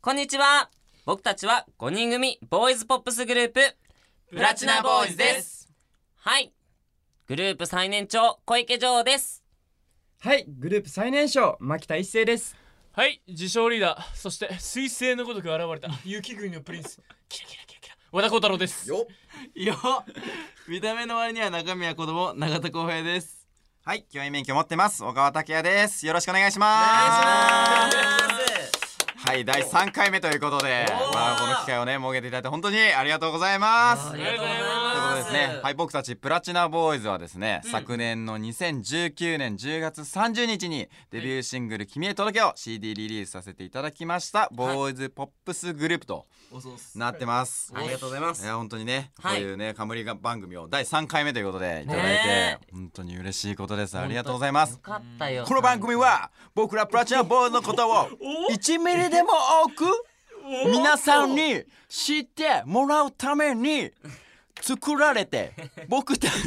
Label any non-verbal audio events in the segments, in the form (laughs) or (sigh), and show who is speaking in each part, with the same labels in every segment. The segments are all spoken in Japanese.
Speaker 1: こんにちは僕たちは5人組ボーイズポップスグループプラチナボーイズですはいグループ最年長小池城です
Speaker 2: はいグループ最年少牧田一成です
Speaker 3: はい自称リーダーそして彗星のごとく現れた雪国のプリンスキラキラキラキラ和田幸太郎です
Speaker 4: よ
Speaker 5: よ見た目の割には中身は子供永田光平です
Speaker 4: はい教員免許持ってます小川拓也ですよろしくお願いしますはい第3回目ということでまあこの機会をね設けていただいて本当にありがとうございます
Speaker 1: あ
Speaker 4: と
Speaker 1: り
Speaker 4: い
Speaker 1: が
Speaker 4: う
Speaker 1: とうござい
Speaker 4: こと
Speaker 1: ま
Speaker 4: ですすねはい僕たちプラチナボーイズはですね、昨年の2019年10月30日にデビューシングル「君へ届け」を CD リリースさせていただきましたボーイズポップスグループと
Speaker 5: おそうっす
Speaker 4: なってます、
Speaker 1: ありがとうございま
Speaker 4: いや本当にね、
Speaker 1: はい
Speaker 4: こういうね冠が番組を第3回目ということでいただいて、
Speaker 1: ね
Speaker 4: 本当に嬉しいことですありがとうございます
Speaker 1: よかったよ
Speaker 4: この番組は僕らプラチナボーイズのことを1ミリでも多く皆さんに知ってもらうために作られて僕
Speaker 1: (laughs)
Speaker 4: たち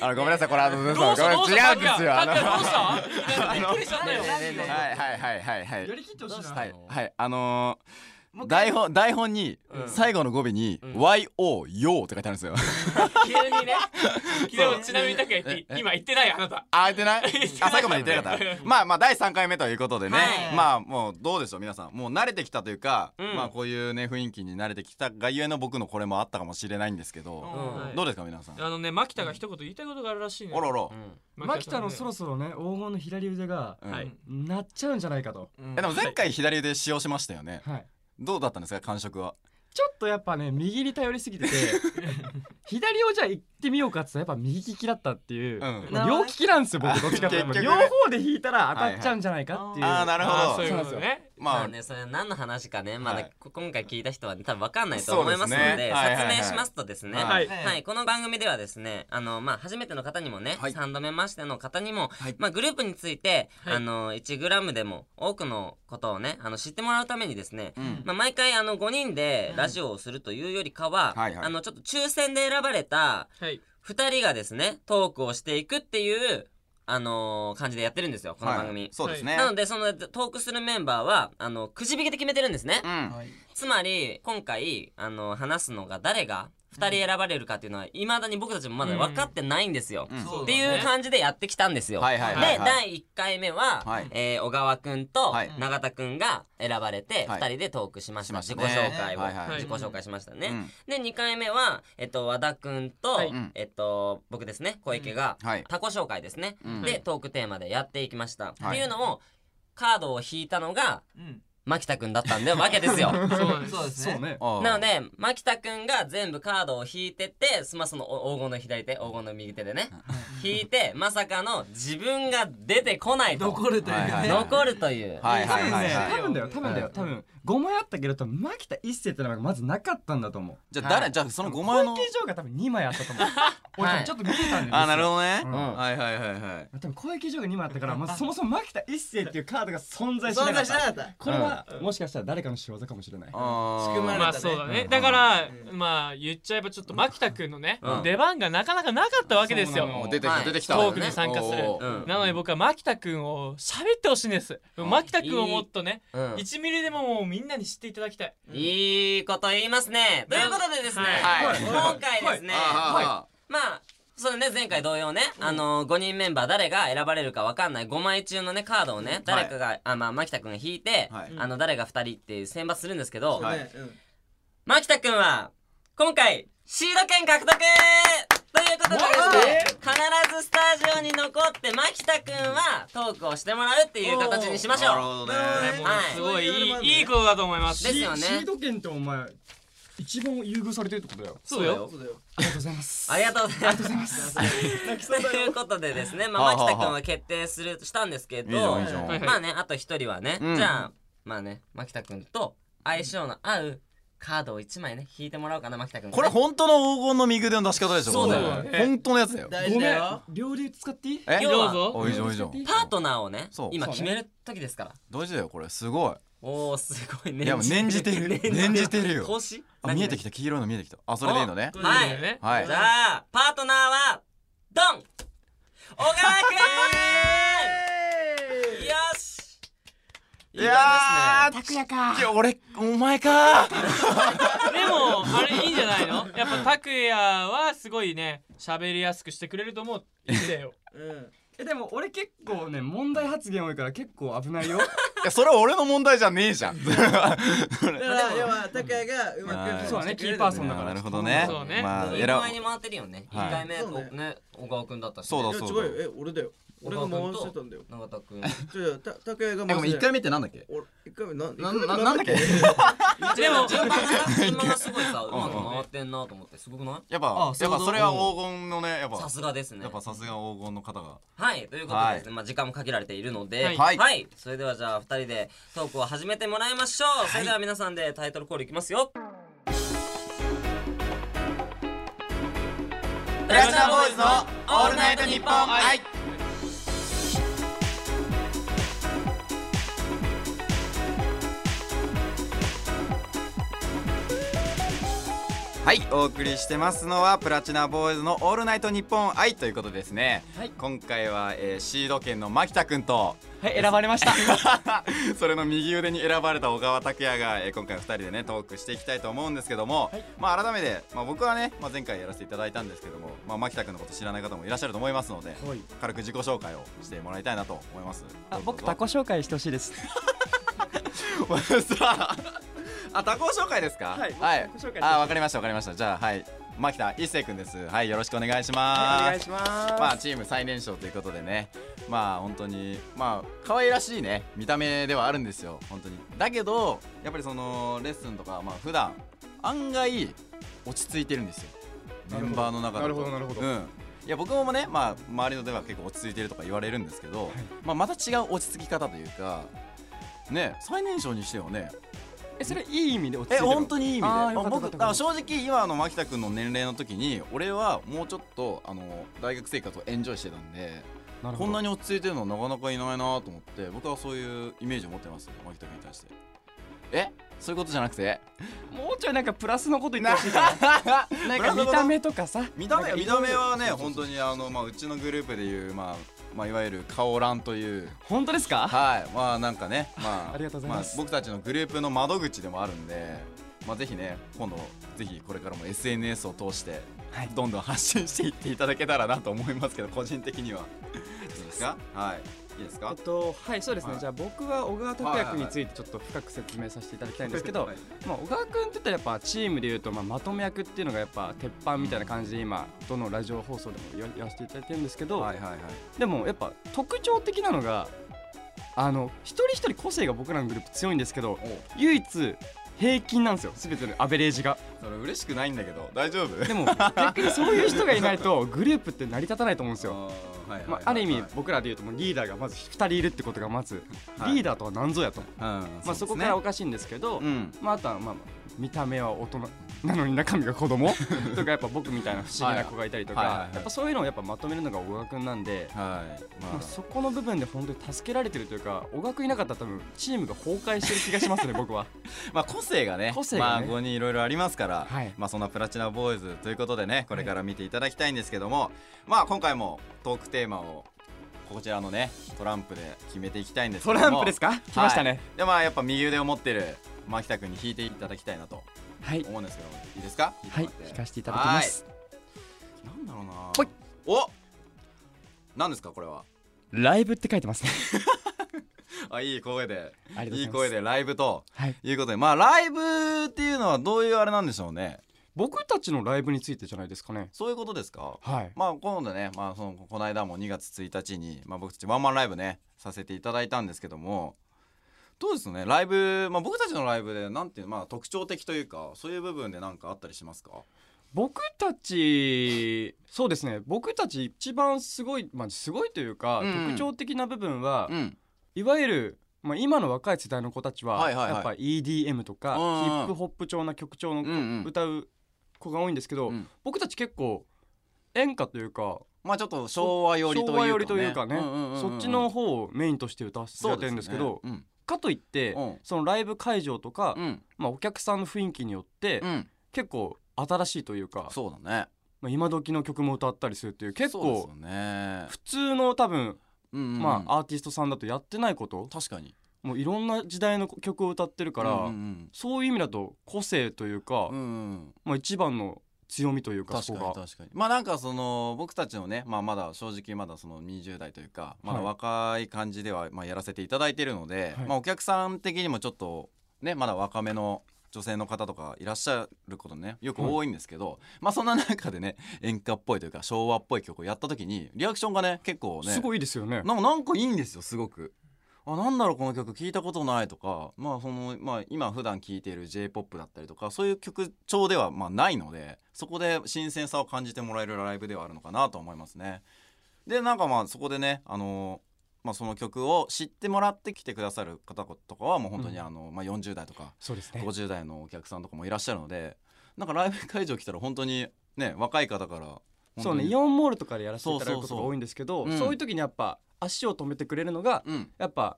Speaker 4: あのごめんなさいこれあのごめん
Speaker 3: ど
Speaker 4: な
Speaker 3: うし
Speaker 4: さ
Speaker 3: た
Speaker 4: い
Speaker 3: どう
Speaker 4: こ
Speaker 3: し
Speaker 4: れ
Speaker 3: た
Speaker 4: 違うんですよあの
Speaker 3: 拓也拓也どうしたみんなびっくりしちゃ (laughs) ったよ
Speaker 4: はいはいはいはいはい
Speaker 2: やりきってほしいな
Speaker 4: はい、はい、あのー、台本台本に最後の語尾に「YO よ」って書いてあるんですよ。
Speaker 1: 急にね
Speaker 3: でもちなみに拓也言っていい今言ってないよあなた
Speaker 4: あえてないあ最後まで言ってなかったまあまあ第3回目ということでね、
Speaker 1: はい
Speaker 4: まあもうどうでしょう皆さんもう慣れてきたというか、
Speaker 1: ん
Speaker 4: まあこういうね雰囲気に慣れてきたがゆえの僕のこれもあったかもしれないんですけど、
Speaker 3: はい
Speaker 4: どうですか皆さん、
Speaker 3: あのね牧田が一言言いたいことがあるらしいね
Speaker 4: おろろ、
Speaker 2: 牧田のそ
Speaker 3: ソロ
Speaker 2: ろそろね黄金の左腕が
Speaker 4: うん
Speaker 3: はい
Speaker 2: なっちゃうんじゃないかと
Speaker 5: うん
Speaker 4: えでも前回左腕使用しましたよね、
Speaker 2: はい
Speaker 4: どうだったんですか感触は
Speaker 2: ちょっとやっぱね右に頼りすぎ
Speaker 4: (laughs)
Speaker 2: てて左をじゃあ行ってみようかっつったらやっぱ右利きだったっていう、
Speaker 4: うん
Speaker 2: まあ両利きなんですよ僕どっちかっていうと
Speaker 4: 結
Speaker 2: 両
Speaker 4: 局ね
Speaker 2: 方で引いたら当たっちゃうんじゃないかっていう、
Speaker 4: ああなる
Speaker 3: あー
Speaker 4: ほ
Speaker 3: そう
Speaker 4: ど
Speaker 3: いうことね
Speaker 1: ま
Speaker 4: ま
Speaker 1: あ
Speaker 4: あ、
Speaker 1: ねそれは何の話かねまだ
Speaker 4: はい
Speaker 1: こ今回聞いた人はね多分わかんないと思いますの
Speaker 4: そうで
Speaker 1: で
Speaker 4: すねはいはいはい
Speaker 1: 説明しますとですね
Speaker 4: はい
Speaker 1: はいこの番組ではですねあのまあ初めての方にもね
Speaker 4: はい
Speaker 1: 3度目ましての方にも
Speaker 4: はい
Speaker 1: まあグループについて
Speaker 3: はい
Speaker 1: あの1グラムでも多くのことをねあの知ってもらうためにですね
Speaker 4: うん
Speaker 1: まあ毎回あの5人でラジオをするというよりかは
Speaker 4: はいはい
Speaker 1: あのちょっと抽選で選ばれた
Speaker 3: はい
Speaker 1: 2人がですねトークをしていくっていうあのー感じでやってるんですよこの番
Speaker 4: はい
Speaker 1: 組。
Speaker 4: そうですね、
Speaker 1: なのでそのトークするメンバーはあのくじ引きで決めてるんですね、
Speaker 4: うん
Speaker 5: はい
Speaker 1: つまり今回あの話すのが誰が2人選ばれるかっていうのはいまだに僕たちもまだ分かってないんですよ、
Speaker 4: うん
Speaker 1: っ
Speaker 5: そ
Speaker 1: ていう感じでやってきたんですよ、
Speaker 4: はいはいはい
Speaker 1: で、
Speaker 4: はい
Speaker 1: 第1回目は、
Speaker 4: はい
Speaker 1: えー小川くんと
Speaker 4: はい
Speaker 1: 永田くんが選ばれて
Speaker 4: はい
Speaker 1: 2人でトークしました、
Speaker 4: しました
Speaker 1: 自己
Speaker 4: ね
Speaker 1: 紹介を、
Speaker 4: はいはい
Speaker 1: 自己紹介しましたね、
Speaker 4: うん
Speaker 1: で2回目は、えっと、和田くんと、
Speaker 3: はい
Speaker 1: えっと、僕ですね小池が、
Speaker 4: はい
Speaker 1: 他己紹介ですね、
Speaker 4: うん
Speaker 1: でトークテーマでやっていきました、
Speaker 4: はい
Speaker 1: っていうのをカードを引いたのが
Speaker 5: うん
Speaker 1: 牧田くんだったんでわけですよ
Speaker 4: (laughs)
Speaker 3: そうなんです
Speaker 5: そうです
Speaker 2: そう
Speaker 5: ね
Speaker 2: ね
Speaker 4: あー
Speaker 1: なので牧田くんが全部カードを引いててすまあそのお黄金の左手黄金の右手でね引いてまさかの自分が出てこないと
Speaker 5: 残るという
Speaker 4: は
Speaker 5: か
Speaker 4: い
Speaker 5: ね
Speaker 4: は
Speaker 1: 残るという、
Speaker 4: はい
Speaker 2: 多
Speaker 4: はい
Speaker 2: 分
Speaker 4: はい
Speaker 2: ね
Speaker 4: はい
Speaker 2: 多分だよ多分だよ
Speaker 4: はい
Speaker 2: 多分5枚あったけど多分牧田一成ってのがまずなかったんだと思う
Speaker 4: じゃあ誰、
Speaker 1: はい
Speaker 4: じゃあその5
Speaker 2: 小
Speaker 4: 枚
Speaker 2: 池
Speaker 4: の
Speaker 2: 城が多分2枚あった
Speaker 4: (laughs)
Speaker 2: と思う俺多分ちょっと見えたんだよ、
Speaker 4: あーなるほどね、
Speaker 2: うん
Speaker 4: はいはいはいはい
Speaker 2: 多分小池城が2枚あったから、まあ、そもそも牧田一成っていうカードが存在しな
Speaker 5: 存
Speaker 2: かっ
Speaker 5: 在してな
Speaker 2: た
Speaker 5: かった
Speaker 2: これは、もしかしたら誰かの仕業かもしれない
Speaker 4: あー
Speaker 5: 仕組まれ
Speaker 3: まあそうだねだからまあ言っちゃえばちょっと牧田くんのね
Speaker 1: うん
Speaker 3: 出番がなかなかなかったわけですよ
Speaker 2: そうなの
Speaker 4: 出てき
Speaker 1: はい
Speaker 4: た出てきた
Speaker 3: トークに参加する
Speaker 4: おー
Speaker 1: うん
Speaker 3: (laughs) なので僕は牧田君を喋ってほしいんです牧田君をもっとね
Speaker 1: うん
Speaker 3: 1ミリでももうみんなに知っていただきたい
Speaker 1: いいこと言いますねということでですね、
Speaker 4: はい
Speaker 1: (laughs) 今回ですね、
Speaker 4: あ
Speaker 1: まあそれね前回同様ね、あのー、5人メンバー誰が選ばれるかわかんない5枚中のねカードをね誰かが、あまあ牧田君が引いて、
Speaker 4: はい
Speaker 1: あの誰が2人っていう選抜するんですけど、
Speaker 5: そうねうん
Speaker 1: 牧田君は今回シード権獲得ということでですね必ずスタジオに残って牧田君はトークをしてもらうっていう形にしま
Speaker 4: ー
Speaker 1: しょ
Speaker 4: なる
Speaker 1: う
Speaker 4: ほどね
Speaker 5: なるほどね
Speaker 3: もうすごいいいいいことだと思います
Speaker 1: ですよね
Speaker 2: シシード権ってお前一番優遇されてるってことだよ
Speaker 3: そうよ
Speaker 5: そうだよ
Speaker 2: ありがとうございます
Speaker 1: ありがとうございます
Speaker 2: ありがとうございます泣き
Speaker 1: (laughs) と
Speaker 2: そうだ
Speaker 1: い
Speaker 2: よ
Speaker 1: うことでですね、ま
Speaker 4: は
Speaker 1: あ、
Speaker 4: あは
Speaker 1: 牧
Speaker 4: あ
Speaker 1: 田君は決定するしたんですけ
Speaker 4: いいじゃ
Speaker 1: ど
Speaker 4: んいいじゃん
Speaker 3: はい
Speaker 1: まあねあと一人はね、
Speaker 4: うん
Speaker 1: じゃあまあね牧田君と相性の合うカードを一枚ね引いてもらおうかな牧田君
Speaker 4: これ本当の黄金の右腕の出し方でしょ
Speaker 1: そうだよ
Speaker 4: これ本当のやつだよ
Speaker 5: 大
Speaker 2: ご
Speaker 5: 事だ
Speaker 2: め
Speaker 5: よ
Speaker 2: ん両流使っていい
Speaker 4: え
Speaker 1: 要は
Speaker 3: どうぞ
Speaker 4: おいいじゃんいいじゃん
Speaker 1: パートナーをね
Speaker 4: そう
Speaker 1: 今
Speaker 2: そう
Speaker 1: 決
Speaker 2: ね
Speaker 1: める時ですから
Speaker 4: 大事だよこれすご
Speaker 1: おーすごい
Speaker 4: い
Speaker 1: ね
Speaker 4: いやもう念じてる念じてるよ
Speaker 1: 投資
Speaker 4: あ見えてき
Speaker 1: た
Speaker 4: た黄色いの見えてきたあそれでいいのね
Speaker 3: そう
Speaker 1: はい
Speaker 3: だよね
Speaker 4: はい
Speaker 1: じゃあパートナーはドン小川くんよし
Speaker 4: いや
Speaker 1: 意外ですね拓也か
Speaker 4: いや俺お前か
Speaker 3: でもあれいいんじゃないのやっぱ拓也はすごいね喋りやすくしてくれると思ういいんだ (laughs) よ
Speaker 1: うん
Speaker 2: えでも俺結構ね問題発言多いから結構危ないよ
Speaker 4: いやそれは俺の問題じゃねえじゃん
Speaker 1: だから要は拓也がうま
Speaker 4: は
Speaker 1: く
Speaker 4: い
Speaker 2: そうだねキーパーソンだから
Speaker 4: なるほどね
Speaker 3: そうね
Speaker 4: まあ
Speaker 1: 意
Speaker 4: え
Speaker 1: 外に回ってるよね一
Speaker 4: はい
Speaker 1: 回目
Speaker 6: そうね
Speaker 1: ね小川くんだったし
Speaker 4: そうだ
Speaker 6: いや違うよえ俺だよ俺が回してたんだよ
Speaker 1: 永田
Speaker 4: (laughs)
Speaker 1: くん
Speaker 6: じゃあた拓也が
Speaker 4: でも
Speaker 6: 回し
Speaker 4: 一
Speaker 6: て
Speaker 4: 回目ってなんだっけ
Speaker 6: 俺一回目なん
Speaker 4: な
Speaker 6: 一回
Speaker 4: な
Speaker 6: 目
Speaker 4: なんだっけ
Speaker 1: でも順番
Speaker 4: (laughs)
Speaker 1: が順番がすごいさうまく回ってんなと思ってすごくない
Speaker 4: やっぱ
Speaker 2: あそう
Speaker 4: やっぱ
Speaker 2: いうこと
Speaker 4: それは黄金のねやっぱ
Speaker 1: さすがですね
Speaker 4: やっぱさすが黄金の方が
Speaker 1: はいということでですねまあ時間も限られているので
Speaker 3: はい
Speaker 4: はい
Speaker 1: それではじゃあ二人でトークを始めてもらいましょうそれでは皆さんでタイトルコールいきますよプ
Speaker 4: ラチナボーイズのオールナイトニッポン愛はいお送りしてますのはプラチナボーイズの「オールナイトニッポン愛」ということでですね、
Speaker 2: はい
Speaker 4: 今回は、えーシード権の牧田君と
Speaker 2: (laughs) はい選ばれ
Speaker 4: (laughs)
Speaker 2: ました
Speaker 4: それの右腕に選ばれた小川拓也が、えー今回2人でねトークしていきたいと思うんですけども、まあ改めて、まあ、僕はね、まあ、前回やらせていただいたんですけども、まあ、牧田君のこと知らない方もいらっしゃると思いますので軽く自己紹介をしてもらいたいなと思います
Speaker 2: あ僕
Speaker 4: タ
Speaker 2: タ
Speaker 4: (laughs) コ
Speaker 2: コ紹介してほしいです
Speaker 4: さ (laughs) あタコ紹介ですか
Speaker 2: はい
Speaker 4: はい
Speaker 2: 自己紹介
Speaker 4: あわかりましたわかりましたじゃあはい牧田一成君ですはいよろしくお願いします、
Speaker 2: します
Speaker 4: まあチーム最年少ということでねまあ本当にまあ可愛らしいね見た目ではあるんですよ本当にだけどやっぱりそのレッスンとかまあ普段案外落ち着いてるんですよメンバーの中でなるほどなるほどうんいや僕もね、まあ、周りのでは結構落ち着いてるとか言われるんですけど、まあ、また違う落ち着き方というかね最年少にしてはね
Speaker 2: えそれいい意味で落ち
Speaker 4: え
Speaker 2: 着いてる
Speaker 4: 本当にいい意味で
Speaker 2: あ
Speaker 4: あ
Speaker 2: ーよかったよか
Speaker 4: 僕
Speaker 2: っ
Speaker 4: だ
Speaker 2: た
Speaker 4: から正直今の牧田君の年齢の時に俺はもうちょっとあの大学生活をエンジョイしてたんで
Speaker 2: なる
Speaker 4: こ
Speaker 2: ほ
Speaker 4: ん
Speaker 2: ど
Speaker 4: なに落ち着いてるのなかなかいないなと思って僕はそういうイメージを持ってますよ牧田君に対してえそういうことじゃなく (laughs) て
Speaker 2: もうちょいなんかプラスのこと言ってほしいかななんか見た目とかさ
Speaker 4: 見た
Speaker 2: なん
Speaker 4: 目
Speaker 2: か
Speaker 4: 見た目はね本当にあのまあうちのグループでいうまあまあいわゆる顔ランという
Speaker 2: 本当ですか
Speaker 4: はい (laughs) まあなんかねまあ
Speaker 2: (laughs) ありがとうございます
Speaker 4: あ僕たちのグループの窓口でもあるんでまあぜひね今度ぜひこれからも SNS を通して
Speaker 2: はい
Speaker 4: どんどん発信していっていただけたらなと思いますけど個人的にはどうですかはいいいです
Speaker 2: え
Speaker 4: か
Speaker 2: っとはいそうですね、
Speaker 4: はい
Speaker 2: じゃあ僕は小川拓也君についてちょっと深く説明させていただきたいんですけど、まあ、小川君って言ったらやっぱチームでいうと、まあ、まとめ役っていうのがやっぱ鉄板みたいな感じで今どのラジオ放送でも言わ言わせていただいてるんですけど、
Speaker 4: はいはいはい
Speaker 2: でもやっぱ特徴的なのがあの一人一人個性が僕らのグループ強いんですけど唯一平均なんですよ全てのアベレージが
Speaker 4: それ嬉しくないんだけど大丈夫
Speaker 2: でも逆にそういう人がいな
Speaker 4: (laughs)
Speaker 2: いとグループって成り立たないと思うんですよ
Speaker 4: あーはいはいはいはい
Speaker 2: まあ、ある意味僕らでいうともうリーダーがまず2人いるってことがまず
Speaker 4: はい
Speaker 2: リーダーとは何ぞやと、
Speaker 4: うん
Speaker 2: まあ、
Speaker 4: うです
Speaker 2: そ
Speaker 4: ね
Speaker 2: こからおかしいんですけど、
Speaker 4: うん
Speaker 2: まあ、あとはまあまあ見た目は大人なのに中身が子 (laughs) 供とかやっぱ僕みたいな不思議な子がいたりと
Speaker 4: はいはいはい
Speaker 2: か
Speaker 4: はい
Speaker 2: やっぱそういうのをやっぱまとめるのが小川君なんで。
Speaker 4: はい
Speaker 2: ま
Speaker 4: ま
Speaker 2: あ、そこの部分で本当に助けられてるというか小川君いなかったら多分チームが崩壊してる気がし (laughs) ますね僕は
Speaker 4: あ、まあ、個性がね
Speaker 2: 個性がね
Speaker 4: まあ、5人いろいろありますから、
Speaker 2: はい
Speaker 4: まあ、そんなプラチナボーイズということでねこれから見ていただきたいんですけども、まあ今回もトークテーマをこちらのねトランプで決めていきたいんですけ
Speaker 2: ト
Speaker 4: ども
Speaker 2: ランプですか来ましたね
Speaker 4: でまあやっぱ右腕を持ってる牧田君に引いていただきたいなと
Speaker 2: はい
Speaker 4: 思うんですけどいいですか引いて
Speaker 2: はい
Speaker 4: もらって
Speaker 2: 聞かせていただきます
Speaker 4: はいなんだろうな
Speaker 2: ほい
Speaker 4: お何ですかこれは
Speaker 2: ライブって書いてますね (laughs)
Speaker 4: あいい声で
Speaker 2: ありがとうございます
Speaker 4: いい声でライブと
Speaker 2: はい
Speaker 4: いうことでまあライブっていうのはどういうあれなんでしょうね
Speaker 2: 僕たちのライブについてじゃないですかね
Speaker 4: そういうことですか
Speaker 2: はい
Speaker 4: まあ今度ね、まあ、そのこの間も2月1日に、まあ、僕たちワンマンライブねさせていただいたんですけどもどうですねライブ、まあ、僕たちのライブでなんていう、まあ、特徴的というかそういう部分で何かあったりしますか
Speaker 2: 僕たちそうですね僕たち一番すごいまあすごいというか、
Speaker 4: うん
Speaker 2: 特徴的な部分は、
Speaker 4: ん
Speaker 2: いわゆるまあ、今の若い世代の子たちは、
Speaker 4: はいはいはい
Speaker 2: やっぱ EDM とか、
Speaker 4: うんうん
Speaker 2: ヒップホップ調な曲調の
Speaker 4: うんうん
Speaker 2: 歌う子が多いんですけど、
Speaker 4: うん
Speaker 2: 僕たち結構演歌というか
Speaker 4: まあちょっと昭和寄りというか、ね、
Speaker 2: 昭和寄りというかね
Speaker 4: んうんうんうん
Speaker 2: そっちの方をメインとして歌わせて
Speaker 4: そ
Speaker 2: や
Speaker 4: う
Speaker 2: って
Speaker 4: です
Speaker 2: るんですけど
Speaker 4: ね
Speaker 2: かといって、
Speaker 4: うん
Speaker 2: そのライブ会場とか、
Speaker 4: うんうん
Speaker 2: まあ、お客さんの雰囲気によって、
Speaker 4: うん
Speaker 2: 結構新しいというか、
Speaker 4: そうだね
Speaker 2: まあ、今時の曲も歌ったりするっていう結
Speaker 4: そうです
Speaker 2: 構
Speaker 4: よね
Speaker 2: 普通の多分、
Speaker 4: うんうんうん
Speaker 2: まあ、アーティストさんだとやってないこと
Speaker 4: 確かに
Speaker 2: もういろんな時代の曲を歌ってるから、
Speaker 4: うん
Speaker 2: そういう意味だと個性というか、
Speaker 4: うんうん
Speaker 2: まあ、一番の強みというか
Speaker 4: 確か
Speaker 2: そ
Speaker 4: に
Speaker 2: こ
Speaker 4: 確
Speaker 2: が
Speaker 4: かにまあなんかその僕たちのね、まあ、まだ正直まだその20代というかまだ
Speaker 2: はい
Speaker 4: 若い感じではまあやらせていただいているので、
Speaker 2: はい
Speaker 4: まあ、お客さん的にもちょっとねまだ若めの女性の方とかいらっしゃることねよく多いんですけど、まあそんな中でね演歌っぽいというか昭和っぽい曲をやった時にリアクションがね結構ね
Speaker 2: すごいいいですよね。
Speaker 4: (laughs) なんかなんかいいんですよすごく。あなんだろうこの曲聞いたことないとか、まあそのまあ、今普段聴いている j p o p だったりとかそういう曲調ではまあないのでそこで新鮮さを感じてもらえるライブではあるのかなと思いますね。でなんかまあそこでね、あのまあ、その曲を知ってもらって来てくださる方とかはもう本当にあの、まあ、40代とか
Speaker 2: そうですね
Speaker 4: 50代のお客さんとかもいらっしゃるのでなんかライブ会場来たら本当にね若い方から本当に
Speaker 2: そうねイオンモールとかでやらせていただくこ
Speaker 4: そうそう
Speaker 2: とが
Speaker 4: そう
Speaker 2: 多いんですけど
Speaker 4: うん
Speaker 2: そういう時にやっぱ足を止めてくれるのが
Speaker 4: うん
Speaker 2: やっぱ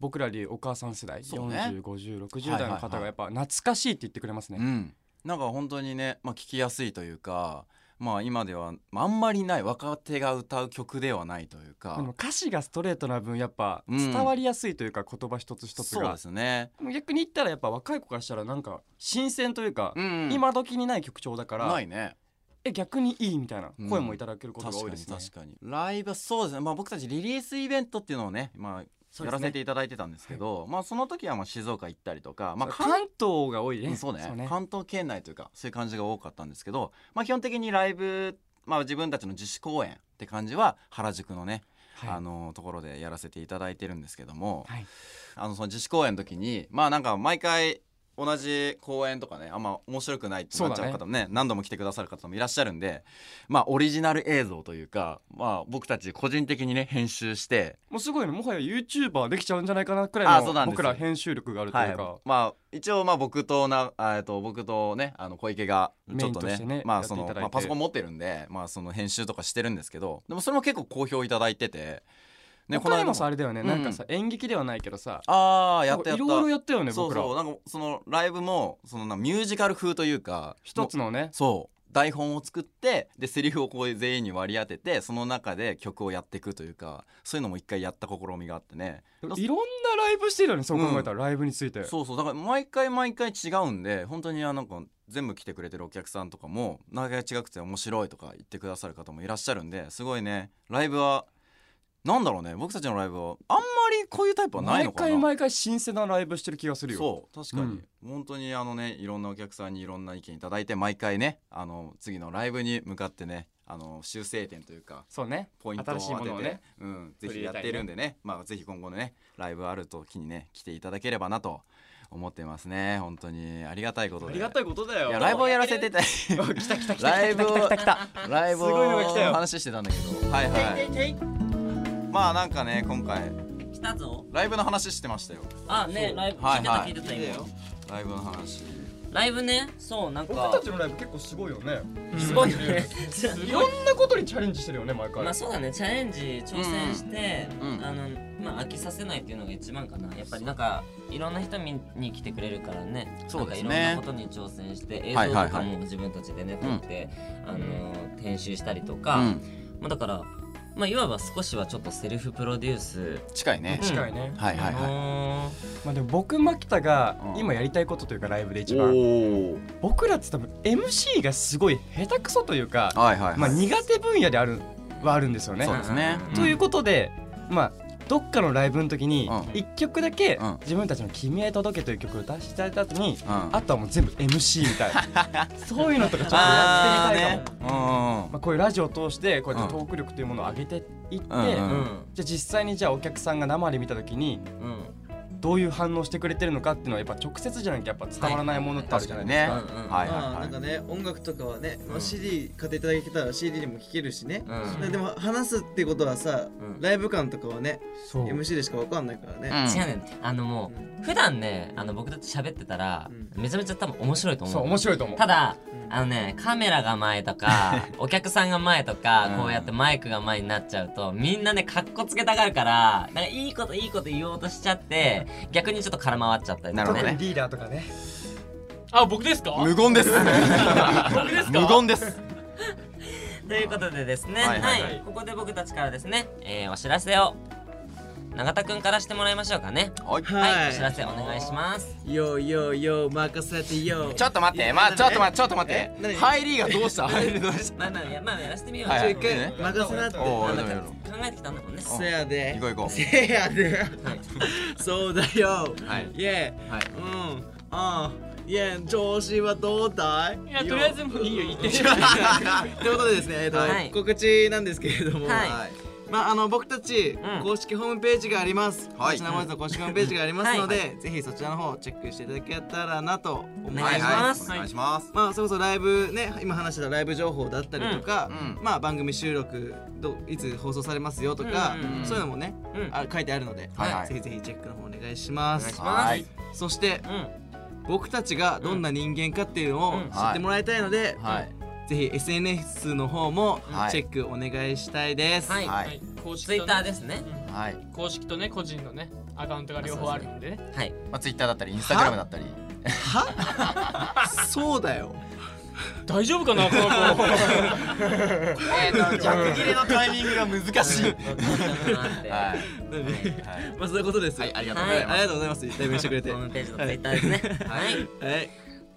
Speaker 2: 僕らでいうお母さん世代、
Speaker 4: そうね
Speaker 2: 405060代の
Speaker 4: はいはいは
Speaker 2: 方
Speaker 4: い
Speaker 2: がやっぱ懐かしいって言ってくれますね。
Speaker 4: うん、なんか本当にね、まあ、聞きやすいというか、まあ、今ではまああんまりない若手が歌う曲ではないという
Speaker 2: でも
Speaker 4: か
Speaker 2: 歌詞がストレートな分やっぱ
Speaker 4: うん
Speaker 2: 伝わりやすいというか言葉一つ一つ
Speaker 4: そう
Speaker 2: が
Speaker 4: で、すね、
Speaker 2: 逆に言ったらやっぱ若い子からしたらなんか新鮮というか、
Speaker 4: うん
Speaker 2: 今時にない曲調だから
Speaker 4: ないね
Speaker 2: え逆にいいみたいな
Speaker 4: うん
Speaker 2: 声もいただけること
Speaker 4: 確
Speaker 2: が多
Speaker 4: か
Speaker 2: いで
Speaker 4: に
Speaker 2: すね。
Speaker 4: 確かにライブそうですね、まあ、僕たちリリースイベントっていうのをね、まあ、
Speaker 1: うで
Speaker 4: や
Speaker 1: すね
Speaker 4: らせていただいてたんですけどまあ、その時はまあ静岡行ったりとか、まあ、
Speaker 2: 関東が多いね。
Speaker 4: うんそうね関東圏内というかそういう感じが多かったんですけど、まあ、基本的にライブ、まあ、自分たちの自主公演って感じは原宿のね、
Speaker 2: はい
Speaker 4: あのところでやらせていただいてるんですけども、
Speaker 2: はい
Speaker 4: あのその自主公演の時にまあなんか毎回同じ公演とかねあんま面白くないってなっちゃう方もね何度も来てくださる方もいらっしゃるんでまあオリジナル映像というかまあ僕たち個人的にね編集して
Speaker 2: もうすごいねもはや YouTuber できちゃうんじゃないかなく
Speaker 4: あ
Speaker 2: らい
Speaker 4: そうな
Speaker 2: の
Speaker 4: んです
Speaker 2: 僕ら編集力があるというか、
Speaker 4: はい、まあ一応まあ僕となあえっと僕とねあの小池がちょっと
Speaker 2: メイ
Speaker 4: ね
Speaker 2: ンとしてね
Speaker 4: ま
Speaker 2: や
Speaker 4: あ
Speaker 2: って
Speaker 4: そ
Speaker 2: いただ
Speaker 4: の
Speaker 2: いて
Speaker 4: まあパソコン持ってるんでまあその編集とかしてるんですけどでもそれも結構好評いただいてて
Speaker 2: 他にもさあ
Speaker 4: れ
Speaker 2: れだよね、
Speaker 4: うん
Speaker 2: なんかさ演劇ではないけどさ
Speaker 4: あーやったや
Speaker 2: な
Speaker 4: っ
Speaker 2: ん
Speaker 4: た
Speaker 2: かいろいろやったよね
Speaker 4: そう
Speaker 2: 僕ら
Speaker 4: そうなんかそのライブもそのなミュージカル風というか
Speaker 2: 一つのね
Speaker 4: そう台本を作ってでセリフをこう全員に割り当ててその中で曲をやっていくというかそういうのも一回やった試みがあってね
Speaker 2: いろんなライブしてるよねそう考えたら、ライブについて
Speaker 4: そうそうだから毎回毎回違うんで本当にあなんか全部来てくれてるお客さんとかも毎回違くて面白いとか言ってくださる方もいらっしゃるんですごいねライブはなんだろうね僕たちのライブはあんまりこういうタイプはない
Speaker 2: 毎
Speaker 4: のかな
Speaker 2: 回毎回新鮮なライブしてる気がするよ
Speaker 4: そう確かに、本当にあのねいろんなお客さんにいろんな意見いただいて毎回ねあの次のライブに向かってねあの修正点というか
Speaker 2: そうね
Speaker 4: ポイントを
Speaker 2: 新しい
Speaker 4: 当
Speaker 2: も
Speaker 4: て
Speaker 2: の
Speaker 4: て、
Speaker 2: を
Speaker 4: ね
Speaker 2: ね
Speaker 4: うん、ぜ
Speaker 2: 取
Speaker 4: ひ
Speaker 2: り入
Speaker 4: や
Speaker 2: れ
Speaker 4: った
Speaker 2: いね
Speaker 4: てるんでねまあぜひ今後のねライブある時にね来ていただければなと思ってますね本当にありがたいことで
Speaker 2: ありがたいことだよ
Speaker 4: いやライブをやらせていた来た来た来たライブをライブ
Speaker 2: すごいの
Speaker 4: を
Speaker 2: が来たよ
Speaker 4: 話してたんだけどはいはいまあなんかね今回
Speaker 1: 来たぞ
Speaker 4: ライブの話してましたよ
Speaker 1: あねライブ
Speaker 4: は
Speaker 1: 聞
Speaker 4: い
Speaker 1: いてた
Speaker 4: はい
Speaker 1: 聞いてた今
Speaker 4: ライブの話
Speaker 1: ライブねそうなん
Speaker 2: 僕
Speaker 1: か
Speaker 2: たちのライブ結構すごいよね
Speaker 1: すごいよね
Speaker 2: いろんなことにチャレンジしてるよね毎回、
Speaker 1: まあそうだねチャレンジ挑戦して、
Speaker 4: うんうん
Speaker 1: あのまあ飽きさせないっていうのが一番かなやっぱりなんかいろんな人見に来てくれるからね
Speaker 4: そうです
Speaker 1: な
Speaker 4: ね
Speaker 1: んかいろんなことに挑戦して映
Speaker 4: はい
Speaker 1: 像
Speaker 4: はい
Speaker 1: とか
Speaker 4: はい
Speaker 1: も自分たちでね撮って、あの編集したりとか、
Speaker 4: うん
Speaker 1: まあ、だからまあいわば少しはちょっとセルフプロデュース
Speaker 4: 近いね
Speaker 1: うん
Speaker 2: 近いね、
Speaker 4: はいはいはい
Speaker 1: あ
Speaker 2: まあでも僕牧田が
Speaker 4: うん
Speaker 2: 今やりたいことというかライブで一番
Speaker 4: お
Speaker 2: 僕らって多分 MC がすごい下手くそというか、
Speaker 4: おはいはいはい
Speaker 2: まあ、苦手分野であるはあるんですよね。
Speaker 4: そうですね
Speaker 1: うん
Speaker 2: ということで、まあどっかのライブの時に
Speaker 4: うん
Speaker 2: 1曲だけ
Speaker 4: うん
Speaker 2: 「自分たちの君へ届け」という曲を出していただいた後に
Speaker 4: うん
Speaker 2: あとはもう全部 MC みたいなそういうのとかちょっとや
Speaker 4: あー
Speaker 2: ってみたいか
Speaker 4: ね。
Speaker 2: も
Speaker 4: うん
Speaker 2: まあ、こういうラジオを通してこうやってトーク力というものを上げていって、
Speaker 4: うんう
Speaker 1: ー
Speaker 4: んう
Speaker 1: うんん
Speaker 2: じゃあ実際にじゃあお客さんが生で見た時に
Speaker 1: うんうん
Speaker 2: どういう反応してくれてるのかっていうのはやっぱ直接じゃなきゃやっぱ伝わらないものってあるじゃないです
Speaker 4: ね
Speaker 2: か。
Speaker 1: うん
Speaker 4: はいは
Speaker 6: ま
Speaker 4: い
Speaker 6: あ
Speaker 4: は
Speaker 6: ないんかね音楽とかはね、ま
Speaker 1: うん
Speaker 6: あ、CD 買っていただけたら CD でも聴けるしね、
Speaker 1: うん
Speaker 6: でも話すってことはさ、
Speaker 1: うん
Speaker 6: ライブ感とかはね
Speaker 2: そう
Speaker 6: MC でしかわかんないからね、
Speaker 1: 違うねあのもう普段ねあの僕たち喋ってたら
Speaker 6: う
Speaker 1: めちゃめちゃ多分面白いと思う
Speaker 2: そう面白いと思う。
Speaker 1: ただ
Speaker 6: うん
Speaker 1: あのねカメラが前と
Speaker 4: (laughs)
Speaker 1: かお客さんが前とか
Speaker 4: うん
Speaker 1: こうやってマイクが前になっちゃうとみんなねかっこつけたがるからなんかいいこといいこと言おうとしちゃって逆にちょっと空回っちゃったりと
Speaker 4: なる
Speaker 1: か
Speaker 4: ほど
Speaker 2: 特に
Speaker 4: ね
Speaker 1: ね
Speaker 2: リーダーとかね。
Speaker 3: あ僕ですか
Speaker 4: 無言です
Speaker 3: 僕ですか
Speaker 4: 無言です
Speaker 1: ということでですね
Speaker 4: はいはいはい
Speaker 1: はいここで僕たちからですねえーお知らせを永田くんからしてもらいましょうかね
Speaker 4: おい
Speaker 1: はい、お知らせお願いします
Speaker 5: よよよ任せてよ
Speaker 4: ちょっと待ってまあちょっと待ってちょっと待っ
Speaker 6: え何
Speaker 4: て入りがどうした入りどうした
Speaker 1: まあまあやまあやらせてみよう、
Speaker 4: はいはい
Speaker 1: ちょ
Speaker 4: 君ね
Speaker 6: 任せなって
Speaker 4: おおやろうやろう
Speaker 1: 考えてきたんだもんね
Speaker 6: せやで
Speaker 4: 行こう行こう
Speaker 6: せやで
Speaker 5: そうだよ
Speaker 4: はい
Speaker 5: イエ
Speaker 4: はい
Speaker 5: ーうんあーイエー調子はどうだい
Speaker 3: いやとりあえずもういいよ言っ
Speaker 5: (laughs)
Speaker 3: て
Speaker 5: ということでですね、えっと
Speaker 1: はい
Speaker 5: 告知なんですけれども、
Speaker 1: はい
Speaker 5: まああの僕たち、
Speaker 1: うん
Speaker 5: 公式ホームページがあります。
Speaker 4: はい
Speaker 5: こちらまず公式ホームページがありますので、ぜひそちらの方チェックしていただけたらなと思いま
Speaker 1: 願い
Speaker 5: す。
Speaker 1: します
Speaker 4: お願いします
Speaker 5: まあそれこそライブね今話してたライブ情報だったりとか、
Speaker 4: うんうん
Speaker 5: まあ番組収録どいつ放送されますよとか、
Speaker 1: うん
Speaker 4: うん
Speaker 5: そういうのもね、
Speaker 1: うん
Speaker 5: あ書いてあるので、
Speaker 4: はいはい
Speaker 5: ぜひぜひチェックの方お願いします。
Speaker 1: お願いし
Speaker 5: そして
Speaker 1: ますうん
Speaker 5: 僕たちがどんな人間かっていうのを
Speaker 1: うん
Speaker 5: 知ってもらいたいので、
Speaker 4: はい
Speaker 5: ぜひ SNS の方も
Speaker 4: はい
Speaker 5: チェックお願いしたいです。
Speaker 1: はい、
Speaker 4: は
Speaker 3: はいい公式
Speaker 1: ツイッ
Speaker 3: と
Speaker 1: ター
Speaker 3: ね
Speaker 1: ですね
Speaker 4: はい
Speaker 3: 公式とね個人のねアカウントが両方あるんでね
Speaker 1: はい
Speaker 4: まあツイッターだったりインスタグラムだったり
Speaker 5: そうだよ。
Speaker 3: 大丈夫かなこ (laughs) の子
Speaker 4: えっ (laughs) と逆切れのタイミングが難しい (laughs) はい
Speaker 1: は
Speaker 4: はい
Speaker 1: い
Speaker 5: (laughs) まあそういうことです。
Speaker 4: はいありがとう
Speaker 5: は
Speaker 4: ござ
Speaker 5: い
Speaker 4: い
Speaker 5: あ
Speaker 4: ま
Speaker 5: り
Speaker 4: す
Speaker 5: がとうございます。代弁してくれて。
Speaker 1: ホー
Speaker 5: はい
Speaker 1: ム。ページのツイッターですねはい
Speaker 5: はい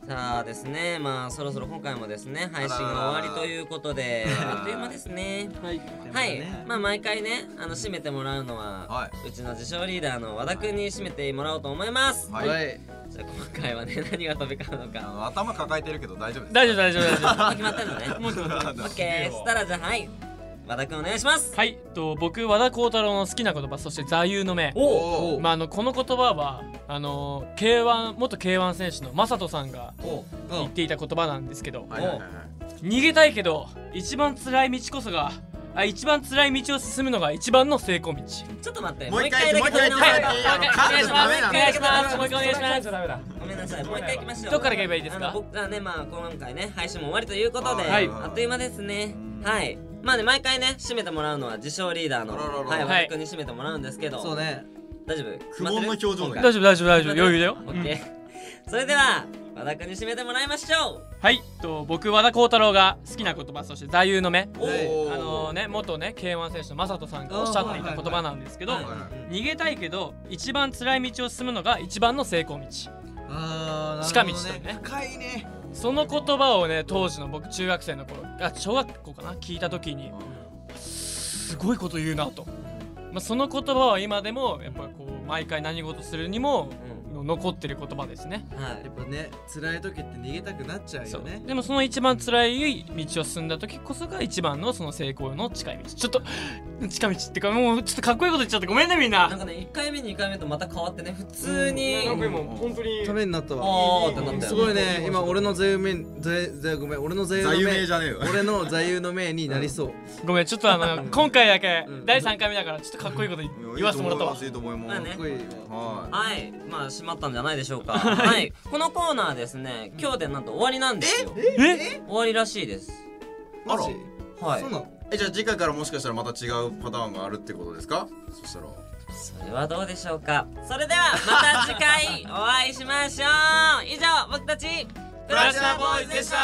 Speaker 1: さあですねまあそろそろ今回もですね配信が終わりということであっという間ですねはい、はいまあ毎回ねあの締めてもらうのは、
Speaker 4: は
Speaker 1: うちの自称リーダーの和田くんに締めてもらおうと思います、
Speaker 4: はい
Speaker 5: はい。
Speaker 1: じゃあ今回はね (laughs) 何が飛び交うの (laughs)
Speaker 4: あ
Speaker 1: か
Speaker 4: の頭抱えてるけど大丈夫です
Speaker 3: 大丈夫大丈夫大丈夫
Speaker 1: あ決まったんだねオッケーしたらじゃあはい和田くんお願いします
Speaker 3: はいと僕和田幸太郎の好きな言葉そして座右の銘
Speaker 4: おお
Speaker 3: まあ、あのこの言葉はあの K1 元 K1 選手の正人さんが言っていた言葉なんですけど
Speaker 4: はいはいはい
Speaker 3: 逃げたいけど一番辛い道こそがあ一番辛い道を進むのが一番の成功道
Speaker 1: ちょっと待って
Speaker 4: もう一回
Speaker 1: だけ撮り直
Speaker 4: もう一
Speaker 1: し
Speaker 4: 回
Speaker 1: て
Speaker 4: やって
Speaker 3: もう一回お
Speaker 4: あの
Speaker 3: 願いします
Speaker 1: カー
Speaker 3: もう
Speaker 1: ド
Speaker 3: 一回お願いします
Speaker 1: ごめんなさいもう一回行きましょう
Speaker 3: どっから行けばいいですか
Speaker 1: あの僕がねまあ今回ね配信も終わりということで、
Speaker 3: はい
Speaker 1: あっという間ですねはいまあね毎回ね締めてもらうのは自称リーダーの
Speaker 4: あららら
Speaker 1: はい
Speaker 3: は
Speaker 1: 和
Speaker 3: い
Speaker 1: 田くんに締めてもらうんですけど
Speaker 6: そうね
Speaker 1: 大丈夫
Speaker 4: 苦悶の表情だよ
Speaker 3: 大丈夫大丈夫大丈夫余裕だよ
Speaker 1: オッケーそれでは和田くんに締めてもらいましょう
Speaker 3: はいと僕和田幸太郎が好きな言葉そして座右の銘
Speaker 1: おー
Speaker 3: あのね元ね K1 選手の正人さんがおっしゃっていた言葉なんですけど
Speaker 1: はいはい
Speaker 4: は
Speaker 3: 逃げたいけど一番辛い道を進むのが一番の成功道
Speaker 5: あー
Speaker 3: 近道と
Speaker 5: なるほど
Speaker 3: ね
Speaker 5: 深いね。
Speaker 3: その言葉をね当時の僕中学生の頃あ小学校かな聞いた時にすごいこと言うなと、まあ、その言葉は今でもやっぱこう毎回何事するにも残ってる言葉ですね
Speaker 1: うんはい
Speaker 5: やっぱね辛い時って逃げたくなっちゃうよね
Speaker 3: でもその一番辛い道を進んだ時こそが一番のその成功の近い道ちょっと近道ってかもうちょっとかっこいいこと言っちゃってごめんねみん
Speaker 1: なん
Speaker 3: な
Speaker 1: かね1回目2回目とまた変わってね普通に
Speaker 2: なんか今本当に
Speaker 5: ためになったわ
Speaker 1: あーってなった
Speaker 5: す
Speaker 1: よ
Speaker 5: ごいね今俺の座右銘座右座右ごめん俺の座右の
Speaker 4: 座右
Speaker 5: 銘
Speaker 4: 銘じゃね
Speaker 5: (laughs)
Speaker 4: えよ
Speaker 5: 俺の座右の銘になりそう
Speaker 3: ごめんちょっとあの今回だけ
Speaker 5: ん
Speaker 3: 第3回目だからちょっとかっこいいこと言わせてもらったわ
Speaker 4: いいと思いま
Speaker 1: ますあ
Speaker 4: いい
Speaker 1: ね
Speaker 4: と
Speaker 5: かっ
Speaker 4: 思
Speaker 5: こ
Speaker 4: い
Speaker 5: いい
Speaker 4: ますは
Speaker 1: はい、まあ閉まったんじゃないでしょうか。はい、このコーナーですね、今日でなんと終わりなんですよ。
Speaker 3: え
Speaker 1: 終わりらしいです。
Speaker 4: あら
Speaker 5: マジ
Speaker 1: はい
Speaker 5: そう。なの
Speaker 4: いえじゃあ次回からもしかしたらまた違うパターンがあるってことですかそしたら
Speaker 1: それはどうでしょうか。それではまた次回お会いしましょう。以上僕たちプ
Speaker 4: ラチナボーイズでした